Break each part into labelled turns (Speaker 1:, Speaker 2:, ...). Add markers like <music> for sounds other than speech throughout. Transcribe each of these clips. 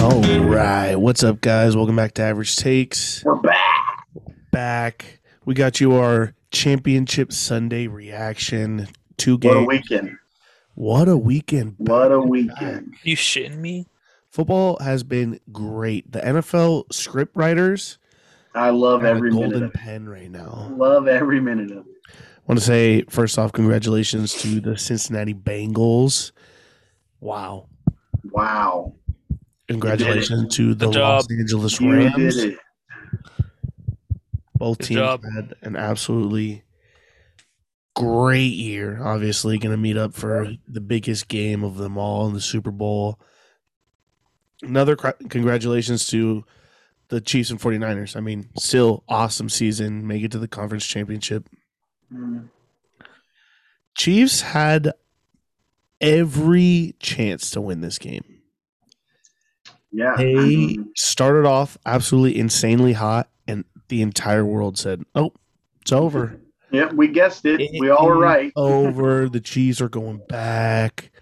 Speaker 1: All right. What's up, guys? Welcome back to Average Takes.
Speaker 2: We're back.
Speaker 1: Back. We got you our championship Sunday reaction. Two games.
Speaker 2: What a weekend.
Speaker 1: What a weekend.
Speaker 2: What a weekend.
Speaker 3: You shitting me?
Speaker 1: Football has been great. The NFL script writers
Speaker 2: I love
Speaker 1: have a
Speaker 2: every minute
Speaker 1: golden
Speaker 2: of it.
Speaker 1: pen right now.
Speaker 2: Love every minute of it.
Speaker 1: want to say, first off, congratulations to the Cincinnati Bengals. Wow.
Speaker 2: Wow.
Speaker 1: Congratulations to the
Speaker 3: Good
Speaker 1: Los
Speaker 3: job.
Speaker 1: Angeles
Speaker 2: You
Speaker 1: Rams.
Speaker 2: did it.
Speaker 1: Both
Speaker 3: Good
Speaker 1: teams
Speaker 3: job.
Speaker 1: had an absolutely great year. Obviously, going to meet up for the biggest game of them all in the Super Bowl. Another cr- congratulations to the Chiefs and 49ers. I mean, still awesome season. Make it to the conference championship.
Speaker 2: Mm.
Speaker 1: Chiefs had every chance to win this game.
Speaker 2: Yeah.
Speaker 1: They started off absolutely insanely hot, and the entire world said, "Oh, it's over."
Speaker 2: Yeah, we guessed it.
Speaker 1: It
Speaker 2: We all were right.
Speaker 1: is over. The Chiefs are going back.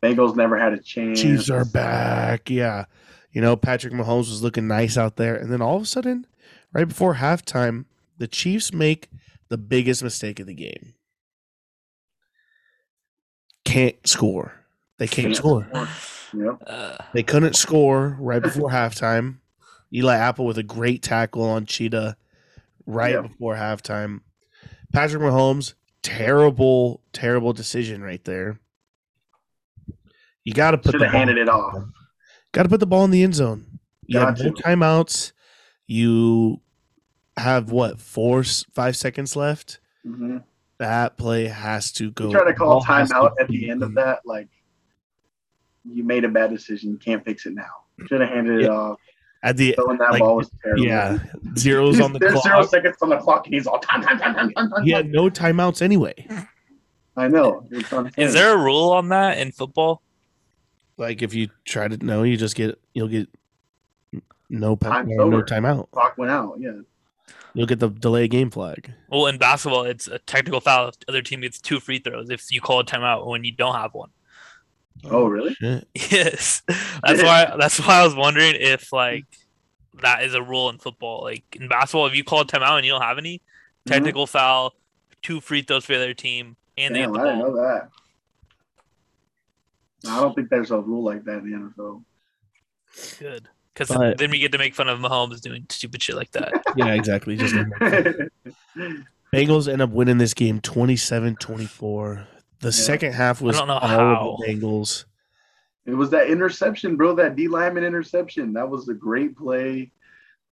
Speaker 2: Bengals never had a chance.
Speaker 1: Chiefs are back. Yeah. You know, Patrick Mahomes was looking nice out there. And then all of a sudden, right before halftime, the Chiefs make the biggest mistake of the game. Can't score. They can't
Speaker 2: Can't
Speaker 1: score.
Speaker 2: Yep.
Speaker 3: Uh,
Speaker 1: They couldn't score right
Speaker 2: <laughs>
Speaker 1: before halftime. Eli Apple with a great tackle on Cheetah right
Speaker 2: Yeah.
Speaker 1: before halftime. Patrick Mahomes, terrible, terrible decision right there. You got to put
Speaker 2: Should
Speaker 1: the
Speaker 2: have handed
Speaker 1: ball,
Speaker 2: it off.
Speaker 1: got to put the ball in the end zone. You
Speaker 2: Got
Speaker 1: have no
Speaker 2: to.
Speaker 1: timeouts. You have what four, s- five seconds left.
Speaker 2: hmm
Speaker 1: That play has to go.
Speaker 2: You try to call
Speaker 1: ball has to
Speaker 2: timeout at
Speaker 1: be
Speaker 2: the end of
Speaker 1: in.
Speaker 2: that, like you made a bad decision. You can't fix it now. Should have handed
Speaker 1: Yeah.
Speaker 2: it off.
Speaker 1: At the
Speaker 2: Throwing that
Speaker 1: Like,
Speaker 2: ball was terrible. <laughs>
Speaker 1: yeah, zeros on the
Speaker 2: There's
Speaker 1: clock.
Speaker 2: zero seconds on the clock, and he's all time, time, time, time, time, time.
Speaker 1: He had no timeouts anyway.
Speaker 2: I know. It's on him.
Speaker 3: is there a rule on that in football?
Speaker 1: like if you try to no, you just get you'll get no pe-
Speaker 2: Time's
Speaker 1: no
Speaker 2: over.
Speaker 1: timeout.
Speaker 2: clock went out? Yeah.
Speaker 1: You'll get the delay game flag.
Speaker 3: Well, in basketball, it's a technical foul. If the other team gets two free throws if you call a timeout when you don't have one. <laughs>
Speaker 2: Oh, really?
Speaker 1: Shit.
Speaker 3: Yes, that's why. That's why I was wondering if like that is a rule in football. Like in basketball, if you call a timeout and you don't have any technical foul, two free throws for the other team, and they
Speaker 2: Damn,
Speaker 3: get
Speaker 2: I
Speaker 3: the
Speaker 2: didn't
Speaker 3: ball.
Speaker 2: know that. I don't think there's a rule like that in the NFL.
Speaker 3: Good, because
Speaker 1: But-
Speaker 3: then we get to make fun of Mahomes doing stupid shit like that.
Speaker 1: Yeah, exactly. Just
Speaker 2: <laughs>
Speaker 1: Bengals end up winning this game 27-24. The second half was
Speaker 3: don't know
Speaker 1: all
Speaker 3: how.
Speaker 1: of the Bengals.
Speaker 2: it was that interception, bro. That D lineman interception. That was a great play.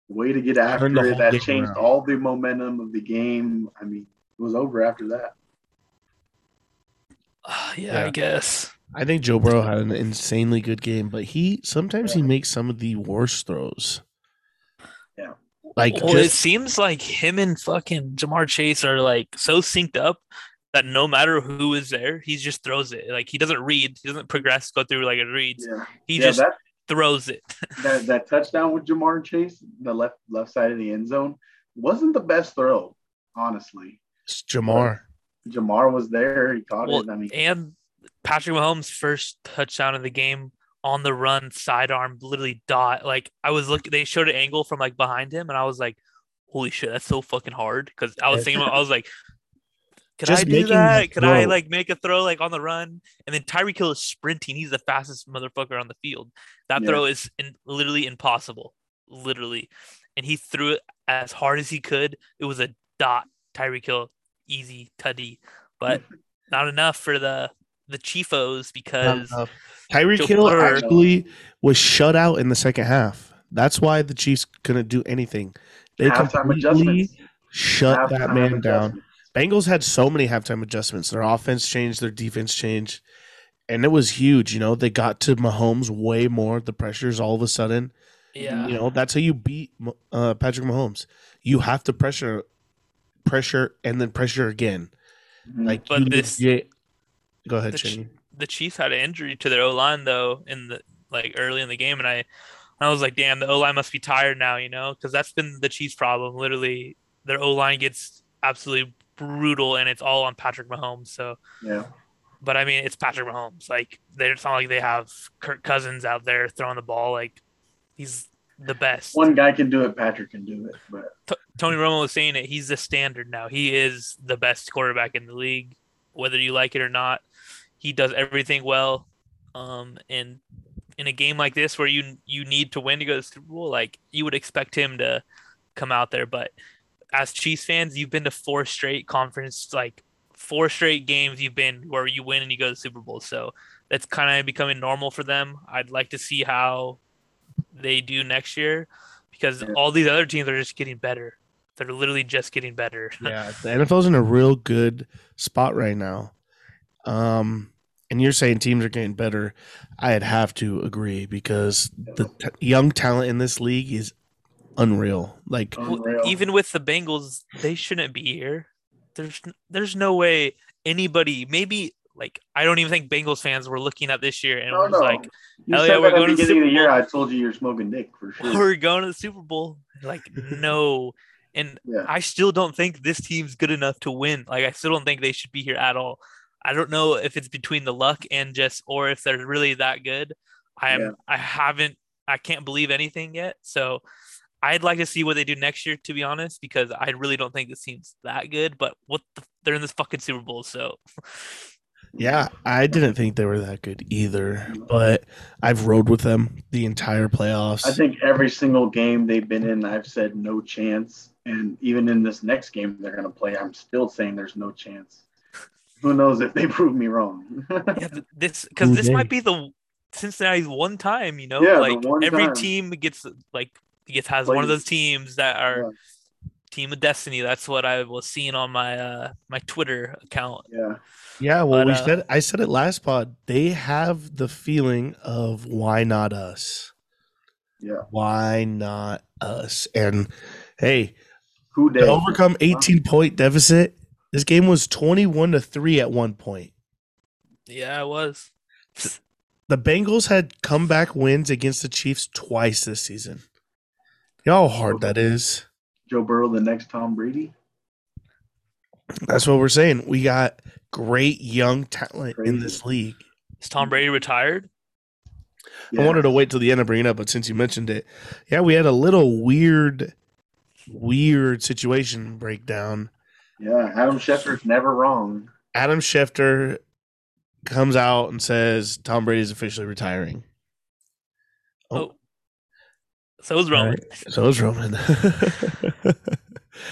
Speaker 2: Way to get after
Speaker 1: Turned the whole
Speaker 2: it. That
Speaker 1: game
Speaker 2: changed
Speaker 1: around.
Speaker 2: all the momentum of the game. I mean, it was over after that.
Speaker 3: Ah, yeah,
Speaker 1: Yeah.
Speaker 3: I guess.
Speaker 1: I think Joe Burrow had an insanely good game, but he sometimes he makes some of the worst throws.
Speaker 2: Yeah.
Speaker 1: Like
Speaker 3: well, it
Speaker 1: just,
Speaker 3: seems like him and fucking Jamar Chase are like so synced up that no matter who is there, he just throws it. Like he doesn't read, he doesn't progress, go through like a read.
Speaker 2: Yeah,
Speaker 3: He
Speaker 2: yeah.
Speaker 3: just
Speaker 2: That,
Speaker 3: throws it.
Speaker 2: that that touchdown with Jamar Chase, the left left side of the end zone, wasn't the best throw, honestly.
Speaker 1: it's Jamar.
Speaker 2: Jamar was there. He caught
Speaker 3: Well,
Speaker 2: it. I mean,
Speaker 3: And Patrick Mahomes' first touchdown of the game on the run, sidearm, literally dot. Like I was looking, they showed an angle from like behind him, and I was like, "Holy shit, that's so fucking hard." Because I was thinking, I was like, "Could
Speaker 1: Just
Speaker 3: I do
Speaker 1: making
Speaker 3: that?
Speaker 1: that
Speaker 3: Could I
Speaker 1: throw.
Speaker 3: like make a throw like on the run?" And then Tyreek Hill is sprinting; he's the fastest motherfucker on the field. That
Speaker 2: Yeah.
Speaker 3: throw is in, literally impossible, literally. And he threw it as hard as he could. It was a dot. Tyreek Hill, easy tuddy, but not enough for the the Chiefos because
Speaker 1: Uh, Tyreek
Speaker 3: Joe
Speaker 1: Hill
Speaker 3: Burrow-
Speaker 1: actually was shut out in the second half. That's why the Chiefs couldn't do anything. They
Speaker 2: halftime
Speaker 1: completely
Speaker 2: adjustments.
Speaker 1: shut that
Speaker 2: Halftime
Speaker 1: man down.
Speaker 2: adjustments.
Speaker 1: Bengals had so many halftime adjustments. Their offense changed, their defense changed, and it was huge. You know, they got to Mahomes way more. The pressures all of a sudden.
Speaker 3: yeah,
Speaker 1: You know, that's how you beat uh, Patrick Mahomes. You have to pressure, pressure, and then pressure again.
Speaker 2: Mhm.
Speaker 1: Like
Speaker 3: But
Speaker 1: you
Speaker 3: this-
Speaker 1: legit- Go ahead,
Speaker 3: the Ch-
Speaker 1: Shane.
Speaker 3: the Chiefs had an injury to their O line though in the like early in the game, and I I was like, damn, the O line must be tired now, you know, because that's been the Chiefs' problem. Literally, their O line gets absolutely brutal, and it's all on Patrick Mahomes. So
Speaker 2: yeah.
Speaker 3: But I mean, it's Patrick Mahomes. Like, they- it's not like they have Kirk Cousins out there throwing the ball. Like, he's the best.
Speaker 2: One guy can do it. Patrick can do it. But
Speaker 3: T- Tony Romo was saying it. He's the standard now. He is the best quarterback in the league, whether you like it or not. He does everything well. Um, and in a game like this where you you need to win to go to the Super Bowl, like you would expect him to come out there. But as Chiefs fans, you've been to four straight conference, like four straight games you've been where you win and you go to the Super Bowl. So that's kind of becoming normal for them. I'd like to see how they do next year because
Speaker 2: Yeah.
Speaker 3: all these other teams are just getting better. They're literally just getting better.
Speaker 1: yeah, the NFL's in a real good spot right now. Um, and you're saying teams are getting better. I'd have to agree because the t- young talent in this league is unreal. Like
Speaker 2: unreal.
Speaker 3: Even with the Bengals, they shouldn't be here. There's n- there's no way anybody. Maybe like I don't even think Bengals fans were looking at this year and
Speaker 2: No,
Speaker 3: was
Speaker 2: no.
Speaker 3: like,
Speaker 2: you
Speaker 3: hell
Speaker 2: said
Speaker 3: yeah, we're
Speaker 2: that at
Speaker 3: going to
Speaker 2: the
Speaker 3: the
Speaker 2: beginning of the
Speaker 3: Super
Speaker 2: year,
Speaker 3: Bowl.
Speaker 2: I told you you're smoking dick for sure.
Speaker 3: "We're going to the Super Bowl." Like no, and
Speaker 2: Yeah.
Speaker 3: I still don't think this team's good enough to win. Like I still don't think they should be here at all. I don't know if it's between the luck and just or if they're really that good. I am
Speaker 2: Yeah.
Speaker 3: I haven't I can't believe anything yet. So I'd like to see what they do next year to be honest because I really don't think this team's that good, but what the, they're in this fucking Super Bowl, so
Speaker 1: Yeah, I didn't think they were that good either, but I've rode with them the entire playoffs.
Speaker 2: I think every single game they've been in, I've said no chance. And even in this next game they're going to play, I'm still saying there's no chance. Who knows if they <laughs> prove me wrong?
Speaker 3: yeah, th- this because
Speaker 1: Who
Speaker 3: this might
Speaker 1: they?
Speaker 3: be the Cincinnati's one time, you know,
Speaker 2: Yeah, the
Speaker 3: like
Speaker 2: one
Speaker 3: every
Speaker 2: time.
Speaker 3: team gets like gets has one of
Speaker 2: Plays.
Speaker 3: those teams that are team of destiny. That's what I was seeing on my uh my Twitter account.
Speaker 2: yeah.
Speaker 1: yeah, well,
Speaker 3: but,
Speaker 1: we
Speaker 3: uh,
Speaker 1: said I said it last pod. They have the feeling of why not us?
Speaker 2: Yeah.
Speaker 1: Why not us? And hey,
Speaker 2: Who
Speaker 1: to
Speaker 2: did?
Speaker 1: overcome 18 point deficit, this game was 21 to 3 at one point.
Speaker 3: Yeah, I was.
Speaker 1: The Bengals had comeback wins against the Chiefs twice this season. You know how hard that is.
Speaker 2: Joe Burrow the next Tom Brady?
Speaker 1: That's what we're saying. We got great young talent in
Speaker 2: Crazy.
Speaker 1: this league.
Speaker 3: Is Tom Brady retired?
Speaker 1: I
Speaker 2: Yeah.
Speaker 1: wanted to wait till the end to bring it up, but since you mentioned it, yeah, we had a little weird, weird situation breakdown.
Speaker 2: Yeah, Adam Schefter's never wrong.
Speaker 1: Adam Schefter comes out and says Tom Brady is officially retiring. Oh.
Speaker 3: Oh. So it was Roman.
Speaker 1: So is Roman. <laughs>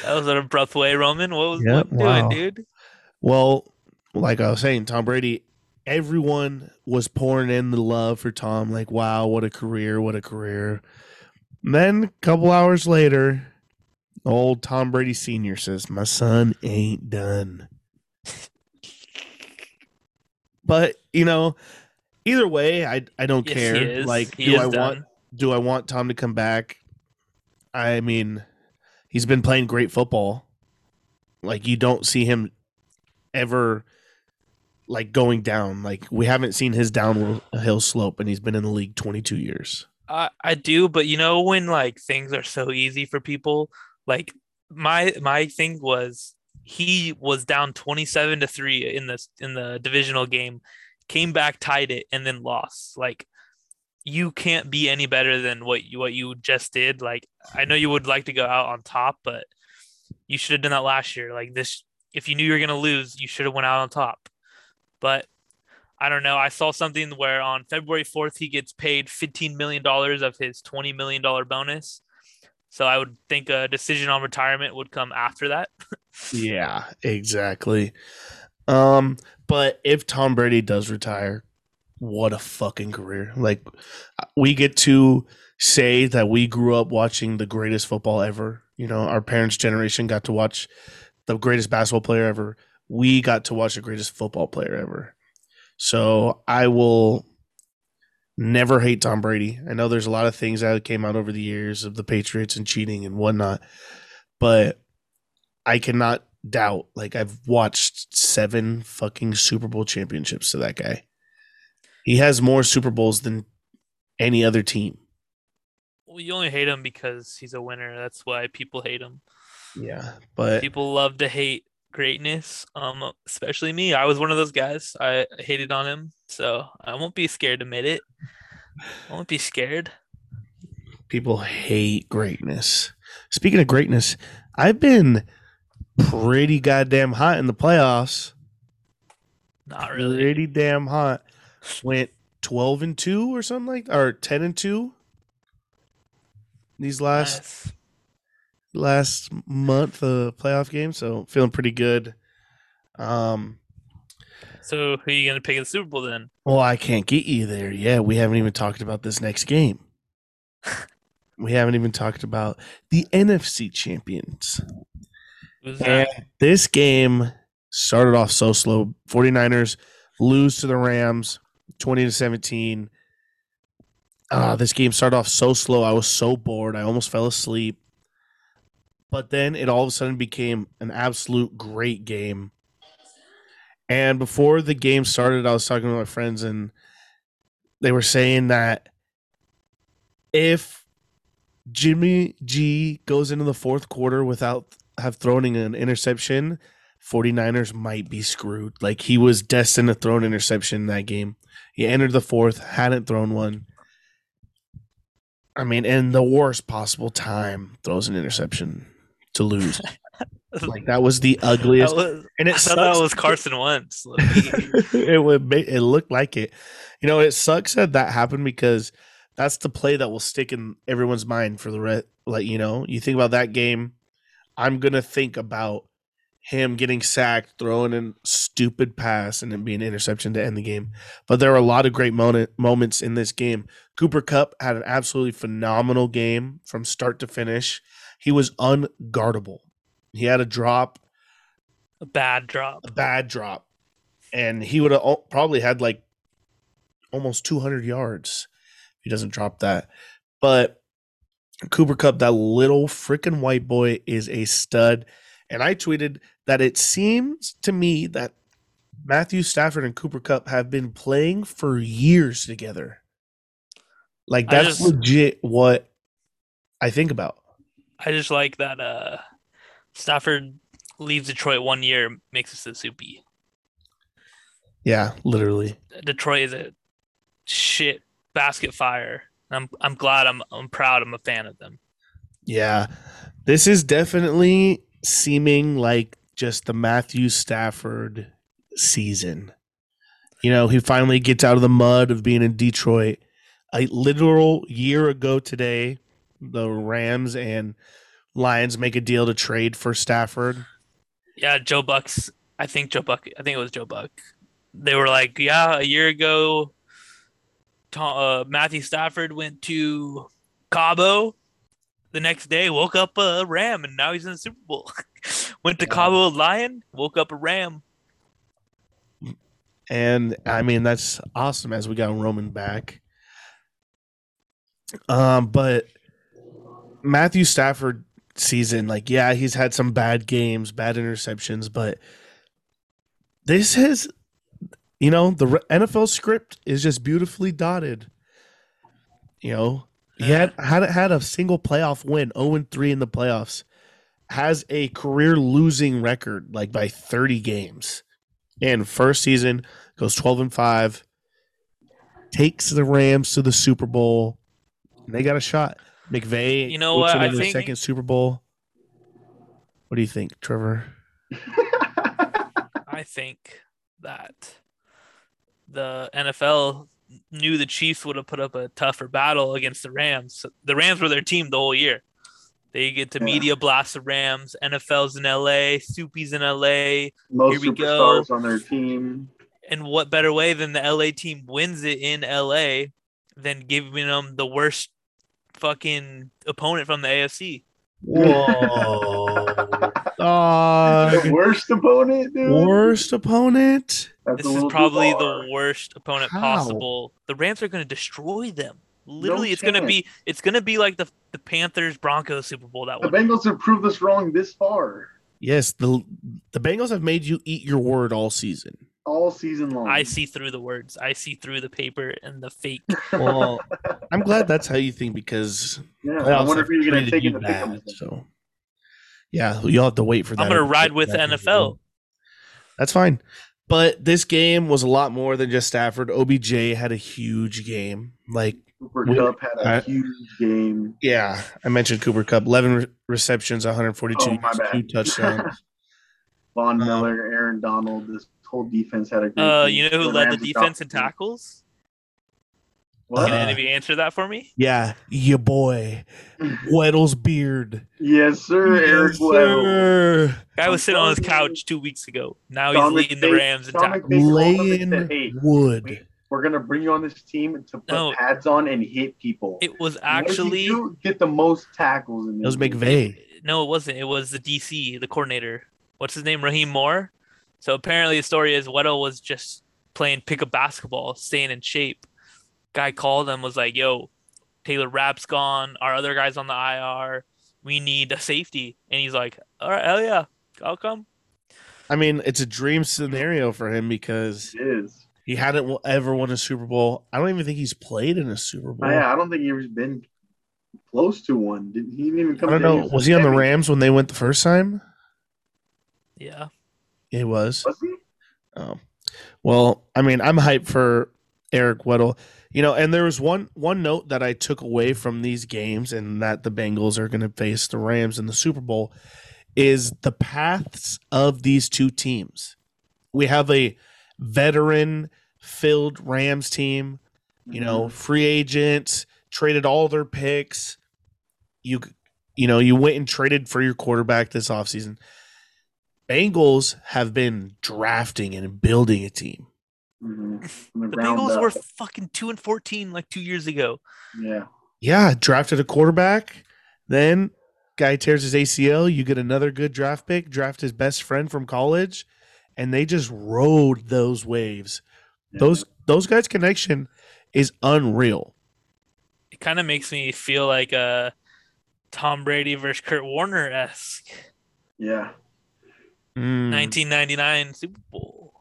Speaker 3: That was an abrupt way, Roman. What was
Speaker 1: Yeah,
Speaker 3: what you
Speaker 1: wow.
Speaker 3: doing, dude?
Speaker 1: well, like I was saying, Tom Brady, everyone was pouring in the love for Tom. Like, wow, what a career, what a career. And then a couple hours later, old Tom Brady Sr. says, My son ain't done. But, you know, either way, I I don't
Speaker 3: Yes,
Speaker 1: care.
Speaker 3: he is.
Speaker 1: Like,
Speaker 3: he
Speaker 1: do
Speaker 3: is
Speaker 1: I
Speaker 3: done.
Speaker 1: want do I want Tom to come back? I mean, he's been playing great football. Like you don't see him ever like going down. Like we haven't seen his downhill slope, and he's been in the league 22 years.
Speaker 3: I I do, but you know when like things are so easy for people, like my my thing was he was down 27 to 3 in this in the divisional game, came back, tied it and then lost. Like you can't be any better than what you what you just did. Like I know you would like to go out on top, but you should have done that last year. Like this if you knew you were going to lose, you should have went out on top. But I don't know. I saw something where on February 4th, he gets paid $15 million of his $20 million bonus. So I would think a decision on retirement would come after that.
Speaker 1: Yeah, exactly. Um, but if Tom Brady does retire, what a fucking career! Like we get to say that we grew up watching the greatest football ever. You know, our parents' generation got to watch the greatest basketball player ever. We got to watch the greatest football player ever. So I will never hate Tom Brady. I know there's a lot of things that came out over the years of the Patriots and cheating and whatnot, but I cannot doubt. Like I've watched seven fucking Super Bowl championships to that guy. He has more Super Bowls than any other team.
Speaker 3: Well, you only hate him because he's a winner. That's why people hate him.
Speaker 1: Yeah, but
Speaker 3: People love to hate greatness. Um, especially me. I was one of those guys. I hated on him, so I won't be scared to admit it. I won't be scared.
Speaker 1: People hate greatness. Speaking of greatness, I've been pretty goddamn hot in the playoffs.
Speaker 3: Not really.
Speaker 1: Pretty damn hot. Went twelve and two or something like, or ten and two. These last
Speaker 3: Nice.
Speaker 1: last month uh, playoff game, so feeling pretty good. Um,
Speaker 3: So who you gonna pick in the Super Bowl then?
Speaker 1: well, I can't get you there. Yeah, we haven't even talked about this next game. we haven't even talked about the NFC champions.
Speaker 3: Who's
Speaker 1: And
Speaker 3: that?
Speaker 1: this game started off so slow. 49ers lose to the Rams 20 to 17. Ah, this game started off so slow. I was so bored. I almost fell asleep. But then it all of a sudden became an absolute great game. And before the game started, I was talking to my friends and they were saying that if Jimmy G goes into the fourth quarter without have thrown in an interception, 49ers might be screwed. Like he was destined to throw an interception in that game. He entered the fourth, hadn't thrown one. I mean, in the worst possible time, throws an interception to
Speaker 3: <laughs>
Speaker 1: lose. like that was the
Speaker 3: That
Speaker 1: ugliest.
Speaker 3: was,
Speaker 1: and it
Speaker 3: <laughs> I thought that
Speaker 1: sucks.
Speaker 3: was Carson <laughs> Wentz.
Speaker 1: <laughs> it would make, it looked like it. You know, it sucks that that happened because that's the play that will stick in everyone's mind for the rest. Like you know, you think about that game. I'm gonna think about him getting sacked, throwing in stupid pass, and it being an interception to end the game. But there were a lot of great moment, moments in this game. Cooper Cup had an absolutely phenomenal game from start to finish. He was unguardable. He had a drop
Speaker 3: A bad drop.
Speaker 1: a bad drop, and he would have probably had like almost 200 yards if he doesn't drop that. But Cooper Cup, that little freaking white boy, is a stud. And I tweeted that it seems to me that Matthew Stafford and Cooper Cup have been playing for years together. Like
Speaker 3: I
Speaker 1: that's
Speaker 3: just-
Speaker 1: legit what I think about.
Speaker 3: I just like that uh Stafford leaves Detroit one year, makes us E. the soupy.
Speaker 1: Yeah, literally.
Speaker 3: Detroit is a shit basket fire. And I'm I'm glad I'm I'm proud I'm a fan of them.
Speaker 1: Yeah. This is definitely seeming like just the Matthew Stafford season. You know, he finally gets out of the mud of being in Detroit. A literal year ago today, the Rams and Lions make a deal to trade for Stafford.
Speaker 3: Yeah, Joe Buck's I think Joe Buck I think it was Joe Buck. They were like, yeah, a year ago Tom, uh, Matthew Stafford went to Cabo. The next day, woke up a Ram, and now he's in the Super Bowl. <laughs> went to
Speaker 1: Yeah.
Speaker 3: Cabo a Lion, woke up a Ram.
Speaker 1: And I mean, that's awesome as we got Roman back. Um, but Matthew Stafford season, like, yeah, he's had some bad games, bad interceptions, but this has, you know, the re- NFL script is just beautifully dotted. You know, he had hadn't had a single playoff win, 0 3 in the playoffs, has a career losing record like by 30 games. And first season goes 12 and 5, takes the Rams to the Super Bowl, and they got a shot. McVay,
Speaker 3: You know
Speaker 1: looks
Speaker 3: what?
Speaker 1: into
Speaker 3: I
Speaker 1: the
Speaker 3: think-
Speaker 1: second Super Bowl. What do you think, Trevor?
Speaker 3: I think that the NFL knew the Chiefs would have put up a tougher battle against the Rams. The Rams were their team the whole year. They get to
Speaker 2: Yeah.
Speaker 3: media blast the Rams. NFL's in LA, Soupy's in LA,
Speaker 2: <laughs> Most
Speaker 3: Here we go.
Speaker 2: superstars on their team.
Speaker 3: and what better way than the LA team wins it in LA than giving them the worst fucking opponent from the AFC?
Speaker 1: Whoa.
Speaker 2: The
Speaker 1: Dog.
Speaker 2: worst opponent, dude.
Speaker 1: Uh, Worst opponent?
Speaker 2: That's
Speaker 3: This
Speaker 2: a
Speaker 3: is
Speaker 2: little too
Speaker 3: probably
Speaker 2: far.
Speaker 3: the worst opponent
Speaker 1: How?
Speaker 3: possible. The Rams are going to destroy them. Literally,
Speaker 2: No
Speaker 3: it's going to
Speaker 2: chance.
Speaker 3: be it's going to be like the the Panthers Broncos Super Bowl that
Speaker 2: The
Speaker 3: one.
Speaker 2: Bengals have proved us wrong this far
Speaker 1: Yes, the the Bengals have made you eat your word all season.
Speaker 2: all season long.
Speaker 3: I see through the words. I see through the paper and
Speaker 2: <laughs>
Speaker 3: the fake.
Speaker 1: Well, I'm glad that's how you think because
Speaker 2: Yeah, I
Speaker 1: playoffs
Speaker 2: wonder
Speaker 1: have
Speaker 2: if you're
Speaker 1: treated
Speaker 2: going to take
Speaker 1: you
Speaker 2: it to pick
Speaker 1: bad,
Speaker 2: them.
Speaker 1: So Yeah, you'll have to wait for that.
Speaker 3: I'm gonna ride with the NFL.
Speaker 1: That's fine. But this game was a lot more than just Stafford. OBJ had a huge game. Like,
Speaker 2: Cooper
Speaker 1: We-
Speaker 2: Cup had a
Speaker 1: I-
Speaker 2: huge game.
Speaker 1: yeah, I mentioned Cooper Cup, 11 re- receptions, 142,
Speaker 2: Oh, my bad.
Speaker 1: two
Speaker 2: <laughs>
Speaker 1: touchdowns.
Speaker 2: Von
Speaker 1: Um,
Speaker 2: Miller, Aaron Donald, this whole defense had a great
Speaker 3: Uh,
Speaker 2: game.
Speaker 3: you know who
Speaker 2: The
Speaker 3: led the
Speaker 2: Rams
Speaker 3: defense in
Speaker 2: dominated.
Speaker 3: tackles?
Speaker 2: What?
Speaker 3: Can
Speaker 1: Uh,
Speaker 3: any of you answer that for me?
Speaker 1: yeah, your boy, Weddle's beard.
Speaker 2: <laughs> yes, sir, Eric
Speaker 1: Yes,
Speaker 2: Weddle.
Speaker 1: sir.
Speaker 3: Guy was sitting on his
Speaker 2: Sean-
Speaker 3: couch two weeks ago. Now
Speaker 2: Sean
Speaker 3: he's leading the
Speaker 2: McVay-
Speaker 3: Rams in
Speaker 2: Sean
Speaker 3: tackles.
Speaker 2: They called him and
Speaker 1: Laying
Speaker 2: said, "Hey,
Speaker 1: wood.
Speaker 2: We're gonna bring you on this team to put
Speaker 3: No.
Speaker 2: pads on and hit people.
Speaker 3: It was
Speaker 2: What did
Speaker 3: actually
Speaker 2: you get the most tackles in
Speaker 1: It
Speaker 2: this
Speaker 1: was
Speaker 2: game?
Speaker 1: McVay.
Speaker 3: no, it wasn't. It was the DC, the coordinator. What's his name? Raheem Moore. So apparently the story is Weddle was just playing pickup basketball, staying in shape. Guy called him, was like, "Yo, Taylor Rapp's gone. Our other guys on the IR. We need a safety." And he's like, "All right, hell yeah, I'll come."
Speaker 1: I mean, it's a dream scenario for him because
Speaker 2: It is.
Speaker 1: he hadn't w- ever won a Super Bowl. I don't even think he's played in a Super Bowl.
Speaker 2: Yeah, I don't think he's been close to one. Didn't he? Didn't even
Speaker 1: I
Speaker 2: come.
Speaker 1: don't
Speaker 2: to
Speaker 1: know.
Speaker 2: any-
Speaker 1: Was he on the Rams when they went the first time?
Speaker 3: Yeah,
Speaker 1: He was.
Speaker 2: Was he?
Speaker 1: Oh. Well, I mean, I'm hyped for Eric Weddle. You know, and there was one one note that I took away from these games and that the Bengals are going to face the Rams in the Super Bowl is the paths of these two teams. We have a veteran filled Rams team
Speaker 2: Mm-hmm.
Speaker 1: you know, free agents traded all their picks. You you know, you went and traded for your quarterback this offseason. Bengals have been drafting and building a team.
Speaker 2: Mhm. Mhm.
Speaker 3: the
Speaker 2: round
Speaker 3: Bengals
Speaker 2: up.
Speaker 3: were fucking two and fourteen like two years ago.
Speaker 2: Yeah.
Speaker 1: Yeah, drafted a quarterback, then guy tears his ACL, you get another good draft pick, draft his best friend from college, and they just rode those waves.
Speaker 2: yeah.
Speaker 1: Those those guys connection is unreal.
Speaker 3: It kind of makes me feel like a Tom Brady versus Kurt Warner esque
Speaker 2: Yeah.
Speaker 1: Mm.
Speaker 3: 1999 Super Bowl.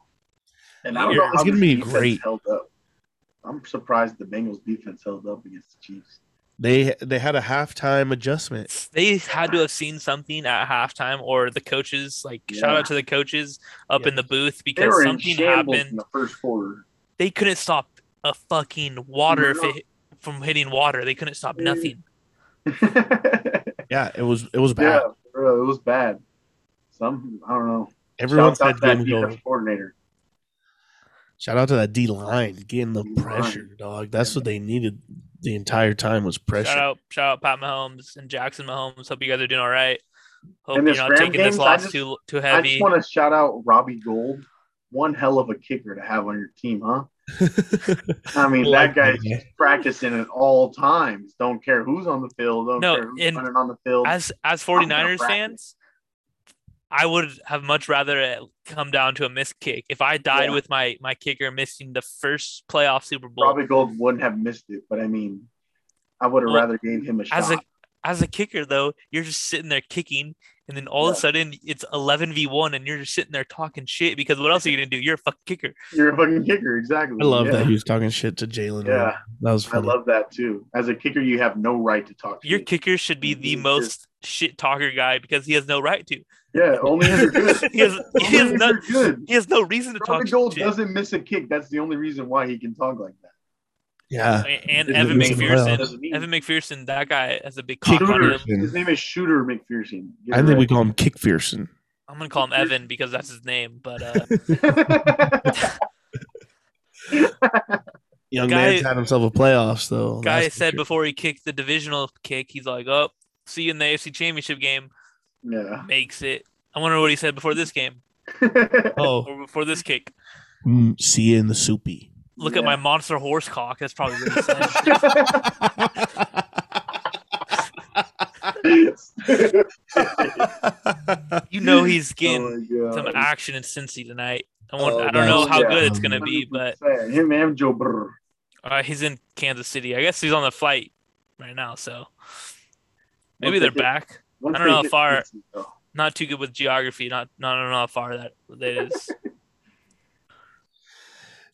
Speaker 2: And I don't
Speaker 3: Weird.
Speaker 2: know.
Speaker 1: It's
Speaker 2: how
Speaker 1: gonna
Speaker 2: this
Speaker 1: be
Speaker 2: defense
Speaker 1: great.
Speaker 2: Held up. I'm surprised the Bengals defense held up against the Chiefs.
Speaker 1: They they had a halftime adjustment.
Speaker 3: they had to have seen something at halftime or the coaches like shout
Speaker 2: Yeah.
Speaker 3: out to the coaches up in the booth
Speaker 2: They
Speaker 3: because
Speaker 2: were in
Speaker 3: something
Speaker 2: shambles in
Speaker 3: happened
Speaker 2: the first quarter. <laughs>
Speaker 3: they couldn't stop a fucking water if
Speaker 2: No.
Speaker 3: it, hit- from hitting water they couldn't stop
Speaker 2: Mm.
Speaker 3: nothing
Speaker 1: Yeah, it was it was bad.
Speaker 2: yeah, bro, it was bad. Some I don't know.
Speaker 1: Everyone
Speaker 2: Shouts out
Speaker 1: said
Speaker 2: to that
Speaker 1: game
Speaker 2: defense
Speaker 1: go.
Speaker 2: coordinator.
Speaker 1: Shout out to that D line getting the
Speaker 2: D-line.
Speaker 1: pressure, dog. That's what they needed the entire time was pressure.
Speaker 3: shout out shout out Pat Mahomes and Jackson Mahomes hope you guys are doing all right hope
Speaker 2: And
Speaker 3: you're
Speaker 2: this
Speaker 3: not
Speaker 2: Ram
Speaker 3: taking this
Speaker 2: games, I
Speaker 3: loss
Speaker 2: just-
Speaker 3: too too
Speaker 2: I
Speaker 3: heavy
Speaker 2: just want to shout out Robbie Gold. One hell of a kicker to have on your team,
Speaker 3: <laughs>
Speaker 2: huh? I mean, that guy's
Speaker 1: Yeah.
Speaker 2: practicing at all times. Don't care who's on the field. Don't
Speaker 3: No,
Speaker 2: care who's
Speaker 3: and
Speaker 2: running on the field.
Speaker 3: as as
Speaker 2: gonna
Speaker 3: 49ers
Speaker 2: wrap it.
Speaker 3: fans i would have much rather it come down to a missed kick if i died
Speaker 2: Yeah.
Speaker 3: with my my kicker missing the first playoff super bowl
Speaker 2: Robbie Gold wouldn't have missed it, but I mean, I would have
Speaker 3: Well,
Speaker 2: rather gave him a
Speaker 3: as
Speaker 2: shot.
Speaker 3: a as a kicker though you're just sitting there kicking and then all of a
Speaker 2: Yeah.
Speaker 3: sudden it's 11v1 and you're just sitting there talking shit because what else are you gonna do you're a fucking kicker
Speaker 2: You're a fucking kicker, exactly.
Speaker 1: I love
Speaker 2: Yeah.
Speaker 1: that he was talking shit to Jalen.
Speaker 2: Yeah.
Speaker 1: Ramsey. that was
Speaker 2: I
Speaker 1: funny.
Speaker 2: love that too. As a kicker, you have no right to talk.
Speaker 3: your
Speaker 2: shit.
Speaker 3: kicker should be the
Speaker 2: Mhm.
Speaker 3: most shit talker guy because he has no right to
Speaker 2: Yeah, only if
Speaker 3: <laughs>
Speaker 2: you're good.
Speaker 3: he
Speaker 2: <laughs>
Speaker 3: has he
Speaker 2: Only
Speaker 3: has
Speaker 2: if
Speaker 3: no
Speaker 2: you're good.
Speaker 3: he has no reason to
Speaker 2: Robbie
Speaker 3: talk
Speaker 2: Gold
Speaker 3: shit.
Speaker 2: doesn't miss a kick. That's the only reason why he can talk like that.
Speaker 1: yeah,
Speaker 3: and
Speaker 2: Doesn't
Speaker 3: Evan
Speaker 1: miss the
Speaker 3: McPherson
Speaker 2: playoffs.
Speaker 3: Evan McPherson that guy has a big cock on
Speaker 2: Shooter.
Speaker 3: him
Speaker 1: McPherson.
Speaker 2: His name is Shooter McPherson. Get
Speaker 1: I
Speaker 2: it
Speaker 1: think we
Speaker 2: right.
Speaker 1: call him Kickpherson.
Speaker 3: I'm gonna call him Evan because that's his name but uh
Speaker 2: <laughs>
Speaker 1: Young
Speaker 3: Guy-
Speaker 1: man's had himself a playoffs though.
Speaker 3: guy
Speaker 1: that's for
Speaker 3: said
Speaker 1: sure.
Speaker 3: before he kicked the divisional kick he's like oh see you in the AFC championship game
Speaker 2: yeah.
Speaker 3: makes it I wonder what he said before this game
Speaker 1: <laughs> "Oh,
Speaker 3: or before this kick
Speaker 1: mm, see you in the
Speaker 3: <laughs>
Speaker 1: soupy."
Speaker 3: <laughs>
Speaker 1: <laughs>
Speaker 3: look
Speaker 2: Yeah. <laughs>
Speaker 3: at my monster horse cock. That's probably what he said. you know he's getting
Speaker 2: oh
Speaker 3: some
Speaker 2: my God.
Speaker 3: action in Cincy tonight. I, want,
Speaker 1: Oh,
Speaker 3: I don't know
Speaker 1: man.
Speaker 3: how
Speaker 2: Yeah.
Speaker 3: good it's gonna be, but
Speaker 2: 100%. him and Joe Burr.
Speaker 3: uh, he's in Kansas City. I guess he's on the flight right now, so maybe
Speaker 2: Once
Speaker 3: they're
Speaker 2: they hit-
Speaker 3: back.
Speaker 2: Once
Speaker 3: I don't know
Speaker 2: they
Speaker 3: how
Speaker 2: hit
Speaker 3: far-
Speaker 2: Cincy, though.
Speaker 3: Not too good with geography. Not not I don't know how far that that
Speaker 2: <laughs>
Speaker 3: is.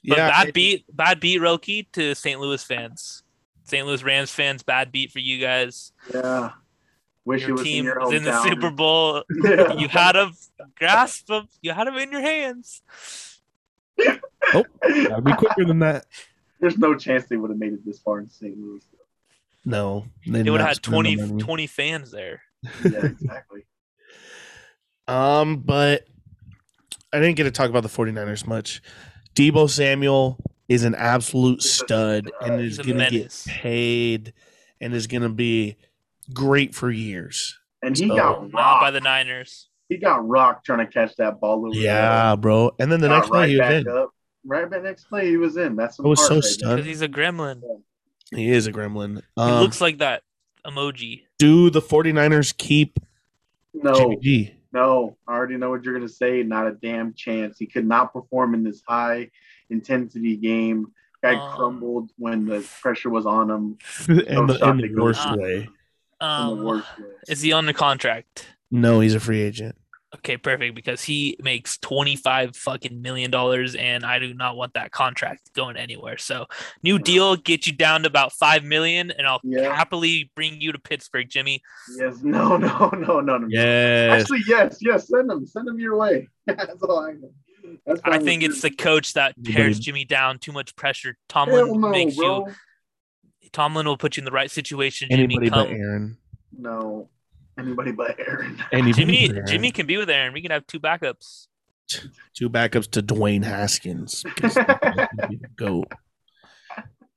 Speaker 3: But
Speaker 1: yeah,
Speaker 3: bad beat, bad beat, Roki to St. Louis fans, St. Louis Rams fans. Bad beat for you guys.
Speaker 2: Yeah. Wish
Speaker 3: Your
Speaker 2: it was in
Speaker 3: team
Speaker 2: your
Speaker 3: was in the
Speaker 2: hometown.
Speaker 3: Super Bowl.
Speaker 2: <laughs> Yeah.
Speaker 3: You had them, grasp them. You had them in your hands.
Speaker 1: I'd be quicker than that.
Speaker 2: There's no chance they would have made it this far in St. Louis.
Speaker 1: No, they
Speaker 3: They would have had 20, 20 fans there.
Speaker 1: <laughs>
Speaker 2: Yeah, exactly.
Speaker 1: Um, but I didn't get to talk about the 49ers much. Debo Samuel is an absolute stud and is
Speaker 3: He's a
Speaker 1: going to get
Speaker 3: menace.
Speaker 1: paid and is going to be great for years.
Speaker 2: And he
Speaker 1: So-
Speaker 2: got
Speaker 3: Not
Speaker 2: rocked.
Speaker 3: by the Niners.
Speaker 2: he got rocked trying to catch that ball. Over
Speaker 1: Yeah, bro. And then the
Speaker 2: the
Speaker 1: next play he was in.
Speaker 2: Up. Right back next play, he was in. That's the
Speaker 1: I was
Speaker 2: part
Speaker 1: so
Speaker 2: right
Speaker 1: stunned.
Speaker 3: Because he's a gremlin.
Speaker 1: He is a gremlin.
Speaker 3: He
Speaker 1: Um,
Speaker 3: looks like that emoji.
Speaker 1: do the 49ers keep
Speaker 2: there. No,
Speaker 1: Jimmy G?
Speaker 2: no. I already know what you're gonna say. Not a damn chance. He could not perform in this high intensity game. Guy
Speaker 3: Um.
Speaker 2: crumbled when the pressure was on him
Speaker 1: <laughs> in
Speaker 2: No
Speaker 1: the,
Speaker 2: shot
Speaker 1: in
Speaker 2: to
Speaker 1: the
Speaker 2: go
Speaker 1: worst
Speaker 3: down.
Speaker 1: way.
Speaker 2: in the
Speaker 3: Uh, Um,
Speaker 2: worst way.
Speaker 3: is he on the contract?
Speaker 1: No, he's a free agent.
Speaker 3: Okay, perfect. Because he makes twenty five fucking million dollars, and I do not want that contract going anywhere. So, new deal, get you down to about five million, and I'll
Speaker 2: Yeah.
Speaker 3: happily bring you to Pittsburgh, Jimmy.
Speaker 2: Yes. <laughs> No. No. No. No. No.
Speaker 1: Yes.
Speaker 2: Actually, yes. Yes. Send him. Send him your way. <laughs> That's all I know. That's
Speaker 3: I
Speaker 2: fine
Speaker 3: think
Speaker 2: with
Speaker 3: it's
Speaker 2: me.
Speaker 3: the coach that
Speaker 1: Anybody-
Speaker 3: tears Jimmy down. Too much pressure.
Speaker 2: Hell
Speaker 3: Tomlin
Speaker 2: no,
Speaker 3: makes
Speaker 2: bro.
Speaker 3: you. Tomlin will put you in the right situation.
Speaker 1: Anybody
Speaker 3: Jimmy,
Speaker 1: but
Speaker 3: come.
Speaker 1: Aaron.
Speaker 2: No. Anybody but Aaron.
Speaker 1: Anybody
Speaker 3: Jimmy,
Speaker 1: but Aaron.
Speaker 3: Jimmy can be with Aaron. We can have two backups.
Speaker 1: two backups to Dwayne
Speaker 2: <laughs>
Speaker 1: Haskins. 'cause he can Go.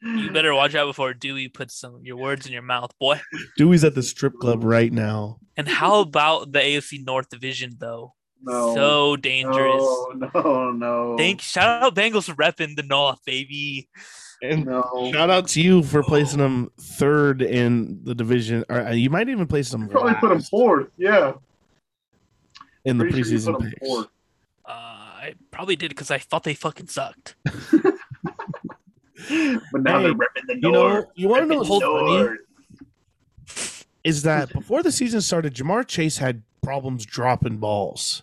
Speaker 3: You
Speaker 2: <laughs>
Speaker 3: better watch out before Dewey puts some your words in your mouth, boy.
Speaker 1: Dewey's at the strip club right now.
Speaker 3: And how about the AFC North division though?
Speaker 2: No.
Speaker 3: So dangerous.
Speaker 2: No, no, no.
Speaker 3: Thank shout out Bengals for repping the North, baby.
Speaker 1: And
Speaker 2: No.
Speaker 1: shout out to you for placing him third in the division. Or uh, you might even place him
Speaker 2: Probably put him
Speaker 1: last
Speaker 2: fourth. Yeah.
Speaker 1: in the
Speaker 2: Pretty sure you
Speaker 1: preseason
Speaker 2: put him
Speaker 1: picks.
Speaker 2: fourth.
Speaker 3: Uh, I probably did because I thought they fucking sucked.
Speaker 2: <laughs> But now
Speaker 1: Hey,
Speaker 2: they're ripping the
Speaker 1: You know,
Speaker 2: door.
Speaker 1: you want to know
Speaker 2: Repping
Speaker 1: what's
Speaker 2: the
Speaker 1: funny
Speaker 2: door.
Speaker 1: is that before the season started, Jamar Chase had problems dropping balls.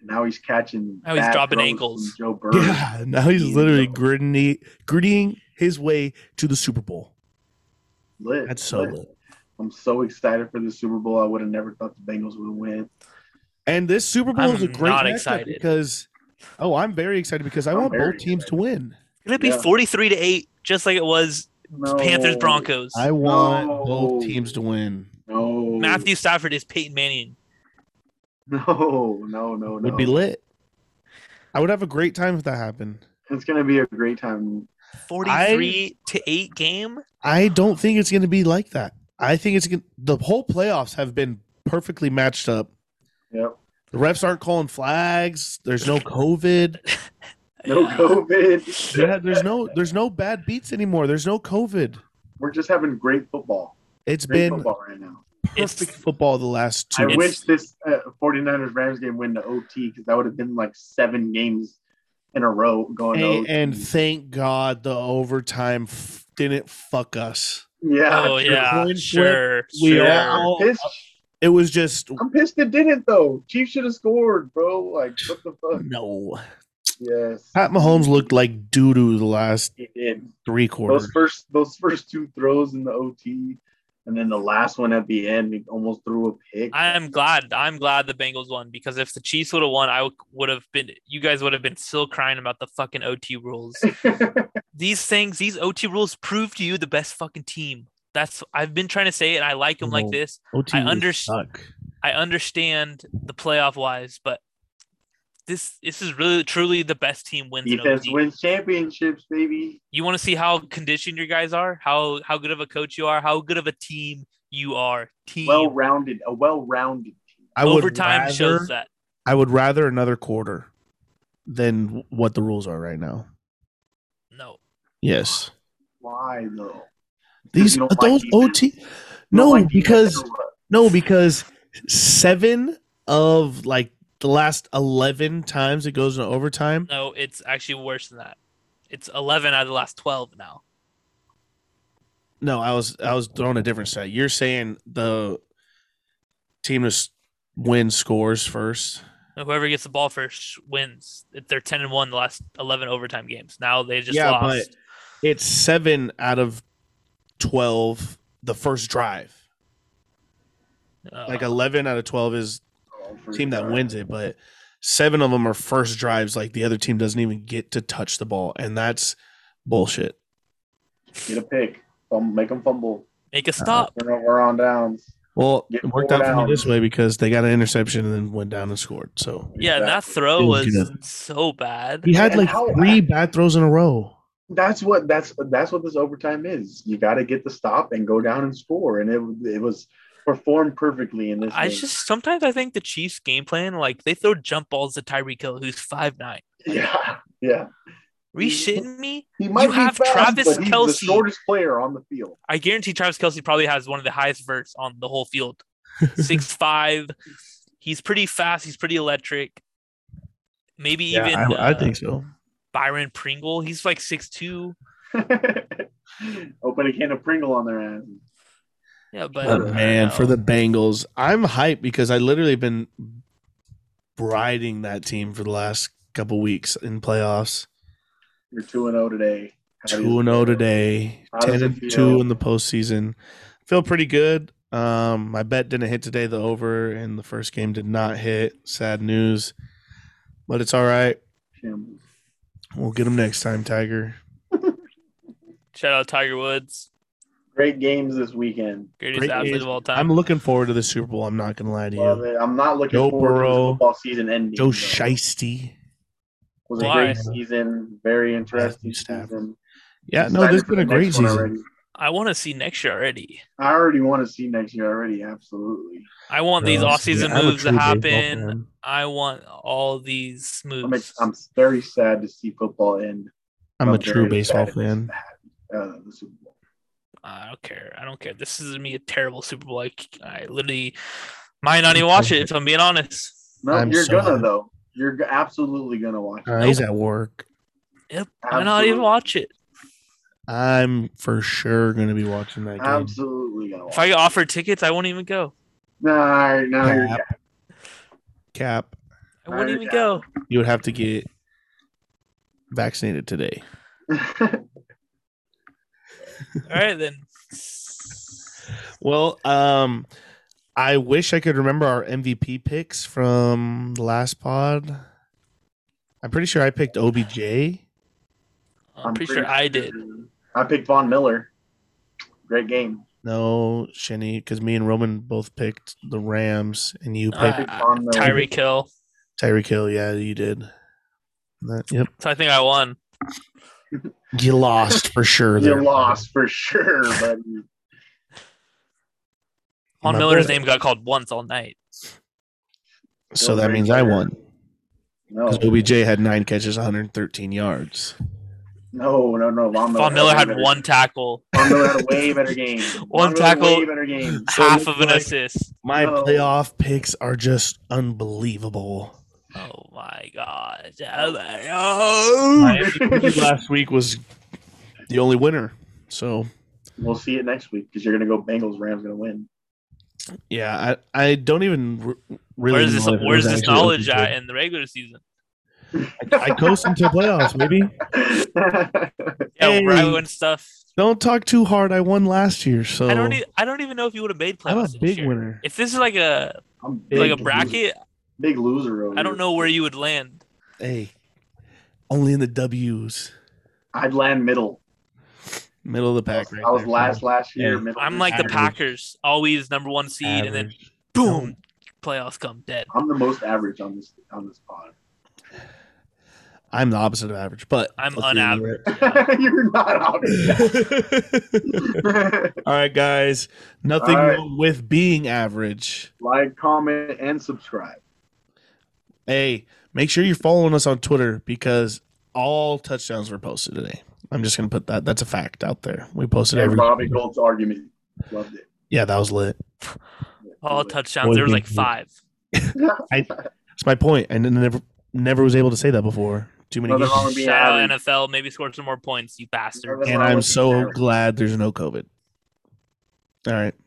Speaker 2: Now he's catching.
Speaker 3: Now he's
Speaker 2: bad
Speaker 3: dropping
Speaker 2: throws
Speaker 3: ankles.
Speaker 2: from Joe Burrow.
Speaker 1: Yeah, now he's
Speaker 2: He's
Speaker 1: literally
Speaker 2: dope.
Speaker 1: gritty, grittying his way to the Super Bowl.
Speaker 2: Lit,
Speaker 1: That's so
Speaker 2: lit.
Speaker 1: lit.
Speaker 2: I'm so excited for the Super Bowl. I would have never thought the Bengals would win.
Speaker 1: And this Super Bowl is a
Speaker 3: I'm
Speaker 1: great
Speaker 3: not
Speaker 1: matchup
Speaker 3: excited.
Speaker 1: because oh, I'm very excited because I
Speaker 2: I'm
Speaker 1: want
Speaker 2: very
Speaker 1: both teams to win.
Speaker 3: It'll be
Speaker 2: Yeah.
Speaker 3: forty-three to eight, just like it was
Speaker 2: No.
Speaker 3: Panthers Broncos.
Speaker 1: I want
Speaker 2: No.
Speaker 1: both teams to win.
Speaker 2: No.
Speaker 3: Matthew Stafford is Peyton Manning.
Speaker 2: <laughs> No, no, no, no.
Speaker 1: Would be lit. I would have a great time if that happened.
Speaker 2: It's gonna be a great time.
Speaker 3: Forty-three to eight game.
Speaker 1: I don't think it's going to be like that. I think it's going the whole playoffs have been perfectly matched up.
Speaker 2: Yep.
Speaker 1: The refs aren't calling flags. There's no COVID.
Speaker 2: No
Speaker 3: Yeah.
Speaker 2: COVID.
Speaker 1: Yeah, there's no there's no bad beats anymore. There's no COVID.
Speaker 2: We're just having great football.
Speaker 1: It's
Speaker 2: Great
Speaker 1: been
Speaker 2: football right now.
Speaker 1: perfect
Speaker 3: It's-
Speaker 1: football the last
Speaker 2: I
Speaker 1: two.
Speaker 3: It's-
Speaker 2: wish this uh, 49ers Rams game went to OT because that would have been like seven games in a row going to
Speaker 1: and,
Speaker 2: OT.
Speaker 1: and thank God the overtime f- didn't fuck us.
Speaker 2: yeah,
Speaker 3: Oh
Speaker 2: true.
Speaker 3: yeah,
Speaker 1: Coin flip,
Speaker 3: sure,
Speaker 1: we
Speaker 3: sure.
Speaker 1: are
Speaker 2: I'm
Speaker 1: all-
Speaker 2: pissed.
Speaker 1: It was just
Speaker 2: I'm pissed it didn't though. Chiefs should have scored, bro. Like what the fuck?
Speaker 1: no.
Speaker 2: Yes,
Speaker 1: Pat Mahomes looked like doo doo the last
Speaker 2: he did.
Speaker 1: three
Speaker 2: Those
Speaker 1: quarters.
Speaker 2: first those first two throws in the OT, and then the last one at the end, he almost threw a pick. <laughs>
Speaker 3: I'm glad. I'm glad the Bengals won because if the Chiefs would have won, I would have been. You guys would have been still crying about the fucking
Speaker 1: <laughs>
Speaker 3: OT rules. these things, these OT rules, prove to you the best fucking team. That's I've been trying to say, it, and I like them like
Speaker 1: No.
Speaker 3: this.
Speaker 1: OT
Speaker 3: I
Speaker 1: was
Speaker 3: under-
Speaker 1: suck.
Speaker 3: I understand the playoff wise, but this this is really truly the best team wins. in
Speaker 2: Defense
Speaker 3: OT.
Speaker 2: wins championships, baby.
Speaker 3: You want to see how conditioned your guys are, how how good of a coach you are, how good of a team you are. Team
Speaker 2: Well rounded, a well rounded team.
Speaker 1: I would
Speaker 3: overtime
Speaker 1: rather,
Speaker 3: shows that.
Speaker 1: I would rather another quarter than what the rules are right now.
Speaker 3: No,
Speaker 1: Yes.
Speaker 2: Why though?
Speaker 1: These
Speaker 2: You don't
Speaker 1: but
Speaker 2: like
Speaker 1: those
Speaker 2: defense?
Speaker 1: OT
Speaker 2: You don't
Speaker 1: No,
Speaker 2: like defense
Speaker 1: because
Speaker 2: or what?
Speaker 1: No, because seven of like the last eleven times it goes into overtime.
Speaker 3: no, it's actually worse than that. It's eleven out of the last twelve now.
Speaker 1: No, I was I was throwing a different set. You're saying the team to s- win scores first.
Speaker 3: Whoever gets the ball first wins. If They're ten and one the last eleven overtime games. Now they just
Speaker 1: Yeah,
Speaker 3: lost.
Speaker 1: It's seven out of twelve the first drive.
Speaker 3: Uh,
Speaker 1: Like 11 out of 12 is
Speaker 2: Oh, for
Speaker 1: team that
Speaker 2: sure.
Speaker 1: wins it, but seven of them are first drives. Like the other team doesn't even get to touch the ball, and that's bullshit.
Speaker 2: Get a pick. Fum- make them fumble.
Speaker 3: make
Speaker 1: uh,
Speaker 3: a stop.
Speaker 2: Turnover on downs.
Speaker 1: Well,
Speaker 2: Get
Speaker 1: it worked
Speaker 2: four
Speaker 1: out for
Speaker 2: downs.
Speaker 1: me this way because they got an interception and then went down and scored. So
Speaker 3: yeah, and that
Speaker 2: Exactly.
Speaker 3: throw
Speaker 1: It
Speaker 3: was
Speaker 1: was
Speaker 3: so bad.
Speaker 1: he had
Speaker 2: And
Speaker 1: like
Speaker 2: how-
Speaker 1: three bad throws in a row.
Speaker 2: That's what that's that's what this overtime is. You got to get the stop and go down and score, and it it was performed perfectly in this.
Speaker 3: I
Speaker 2: game.
Speaker 3: just sometimes I think the Chiefs' game plan, like they throw jump balls to Tyreek Hill, who's five nine.
Speaker 2: <laughs> yeah yeah.
Speaker 3: Are
Speaker 2: Mhm.
Speaker 3: you shitting me?
Speaker 2: He might be
Speaker 3: have
Speaker 2: fast,
Speaker 3: Travis
Speaker 2: but he's
Speaker 3: Kelce.
Speaker 2: the shortest player on the field. <laughs>
Speaker 3: I guarantee Travis Kelsey probably has one of the highest verts on the
Speaker 1: <laughs>
Speaker 3: whole field. Six five. He's pretty fast. He's pretty electric. Maybe
Speaker 1: Yeah,
Speaker 3: even
Speaker 1: I, I
Speaker 3: uh,
Speaker 1: think so.
Speaker 3: Byron Pringle. He's like six two.
Speaker 2: Open a can of Pringle on their ass.
Speaker 3: Yeah,
Speaker 1: But
Speaker 3: but I
Speaker 1: Oh, man,
Speaker 3: don't
Speaker 1: for
Speaker 3: know.
Speaker 1: the Bengals, I'm hyped because I literally been riding that team for the last couple weeks in playoffs.
Speaker 2: You're two and zero today. How do you-
Speaker 1: Two and zero today.
Speaker 2: How does
Speaker 1: Ten
Speaker 2: it
Speaker 1: and
Speaker 2: feel?
Speaker 1: two in the postseason. Feel pretty good. Um, my bet didn't hit today. The over in the first game did not hit. Sad news, but it's all right.
Speaker 2: Shambles.
Speaker 1: We'll get them next time, Tiger.
Speaker 3: shout out Tiger Woods,
Speaker 2: Great games this weekend.
Speaker 3: greatest
Speaker 1: Great
Speaker 3: athlete
Speaker 1: news.
Speaker 3: of all time.
Speaker 1: I'm looking forward to the Super Bowl. I'm not gonna lie to
Speaker 2: Love
Speaker 1: you.
Speaker 2: it. I'm not looking
Speaker 1: Joe
Speaker 2: forward to
Speaker 1: Burrow.
Speaker 2: the football season ending.
Speaker 1: Joe
Speaker 2: though.
Speaker 1: Shiesty.
Speaker 2: was a
Speaker 3: Why?
Speaker 2: great season. Very interesting
Speaker 1: Matthew Stafford.
Speaker 2: season.
Speaker 1: Yeah, no,
Speaker 2: Excited
Speaker 1: this has
Speaker 2: for
Speaker 1: been
Speaker 2: the
Speaker 1: a great
Speaker 2: next one
Speaker 1: season.
Speaker 2: already.
Speaker 3: I want to see next year already.
Speaker 2: I already want to see next year already. Absolutely.
Speaker 3: I want these
Speaker 1: Honestly,
Speaker 3: off-season
Speaker 1: I'm a
Speaker 3: moves to
Speaker 1: true baseball
Speaker 3: happen.
Speaker 1: fan.
Speaker 3: I want all these
Speaker 2: I'm,
Speaker 3: moves.
Speaker 2: I'm very sad to see football end.
Speaker 1: I'm a true
Speaker 2: very
Speaker 1: baseball
Speaker 2: sad to see
Speaker 1: fan.
Speaker 2: that, Uh, the Super Bowl.
Speaker 3: I don't care. I don't care. This is gonna be a terrible Super Bowl. Like I literally might not even watch it if I'm being honest.
Speaker 2: No,
Speaker 1: I'm
Speaker 2: you're
Speaker 1: so
Speaker 2: gonna
Speaker 1: hyped.
Speaker 2: though. You're g- absolutely gonna watch.
Speaker 1: Uh, he's at work.
Speaker 3: Yep. Might not
Speaker 2: Absolutely.
Speaker 3: even watch it.
Speaker 1: I'm for sure going to be watching that game.
Speaker 2: Absolutely gonna watch.
Speaker 3: If I get offered tickets, I won't even go.
Speaker 2: Nah, no, you're
Speaker 1: Cap. Cap,
Speaker 3: I won't
Speaker 2: Alright,
Speaker 3: even
Speaker 2: yeah.
Speaker 3: go.
Speaker 1: you would have to get vaccinated today.
Speaker 2: <laughs>
Speaker 3: All right then.
Speaker 1: Well, um, I wish I could remember our MVP picks from the last pod. I'm pretty sure I picked OBJ.
Speaker 3: I'm, pretty, sure, I did.
Speaker 2: I picked Von Miller. Great game.
Speaker 1: No, Shinny, because me and Roman both picked the Rams, and you
Speaker 2: I
Speaker 1: picked
Speaker 3: Uh,
Speaker 2: picked Von Miller.
Speaker 3: Tyreek Hill.
Speaker 1: Tyreek Hill. Yeah, you did. That- yep,
Speaker 3: So I think I won.
Speaker 1: you lost for <laughs> sure.
Speaker 2: You
Speaker 1: there.
Speaker 2: lost for sure, buddy.
Speaker 3: On
Speaker 1: My
Speaker 3: Miller's
Speaker 1: boy.
Speaker 3: name got called once all night.
Speaker 1: So that means I won.
Speaker 2: No,
Speaker 1: Because OBJ had nine catches, 113 yards.
Speaker 2: no, no, no. Von Miller,
Speaker 3: Von Miller
Speaker 2: way
Speaker 3: had
Speaker 2: better-
Speaker 3: one tackle,
Speaker 2: Von Miller had a way better game. Von
Speaker 3: <laughs> One
Speaker 2: Miller had a
Speaker 3: tackle.
Speaker 2: Way better game.
Speaker 1: So
Speaker 3: half
Speaker 1: it
Speaker 3: of
Speaker 1: looks
Speaker 3: an
Speaker 1: like-
Speaker 3: assist.
Speaker 1: My
Speaker 2: No.
Speaker 1: playoff picks are just unbelievable.
Speaker 3: Oh my god. Oh.
Speaker 1: <laughs> Last week was the only winner. So
Speaker 2: We'll see it next week because you're gonna go Bengals. Rams gonna win. <laughs>
Speaker 1: yeah, I, I don't even re- really.
Speaker 3: Where's this?
Speaker 1: know if it
Speaker 3: Where's
Speaker 1: was
Speaker 3: this
Speaker 1: actually
Speaker 3: knowledge
Speaker 1: OBJ.
Speaker 3: at in the regular season?
Speaker 1: I coast into playoffs, maybe.
Speaker 3: Yeah, where I
Speaker 1: Hey.
Speaker 3: win stuff.
Speaker 1: Don't talk too hard. I won last year, so
Speaker 3: I don't. E- I don't even know if you would have made playoffs.
Speaker 1: I'm a
Speaker 3: this
Speaker 1: big
Speaker 3: year.
Speaker 1: winner.
Speaker 3: If this is like a
Speaker 2: I'm
Speaker 3: like a
Speaker 2: big loser-
Speaker 3: bracket,
Speaker 2: big loser. Over
Speaker 3: I don't
Speaker 2: here.
Speaker 3: know where you would land.
Speaker 1: Hey, only in the W's,
Speaker 2: I'd land middle.
Speaker 1: middle of the
Speaker 2: I
Speaker 1: pack.
Speaker 2: was,
Speaker 1: right
Speaker 2: I was
Speaker 1: there.
Speaker 2: last last year.
Speaker 1: Yeah.
Speaker 2: Middle
Speaker 3: I'm like the
Speaker 1: Average.
Speaker 3: Packers, always number one seed, and then
Speaker 1: Average.
Speaker 3: boom, playoffs come dead.
Speaker 2: I'm the most average on this on this pod.
Speaker 1: I'm the opposite of average, but
Speaker 3: I'm
Speaker 1: let's leave it
Speaker 2: <laughs> You're
Speaker 1: <laughs>
Speaker 2: not
Speaker 1: at that.
Speaker 2: average.
Speaker 1: All right, <laughs> guys. Nothing
Speaker 2: All right.
Speaker 1: wrong with being average.
Speaker 2: like, comment, and subscribe.
Speaker 1: Hey, make sure you're following us on Twitter because all touchdowns were posted today. I'm just gonna put that. That's a fact out there. We posted
Speaker 2: And
Speaker 1: every.
Speaker 2: Robbie Gold's argument. Loved it.
Speaker 1: Yeah, that was lit.
Speaker 3: All
Speaker 2: Loved it.
Speaker 3: touchdowns. There was like
Speaker 1: Boy, we-
Speaker 3: five.
Speaker 1: That's my point. I n- never, never was able to say that before. Too many.
Speaker 2: Nothing
Speaker 1: Games.
Speaker 2: wrong with being
Speaker 3: Shout out
Speaker 2: average.
Speaker 3: NFL. Maybe score some more points, you bastard.
Speaker 2: Nothing
Speaker 1: And
Speaker 2: wrong
Speaker 1: I'm
Speaker 2: with being
Speaker 1: so
Speaker 2: average.
Speaker 1: glad there's no COVID. All right.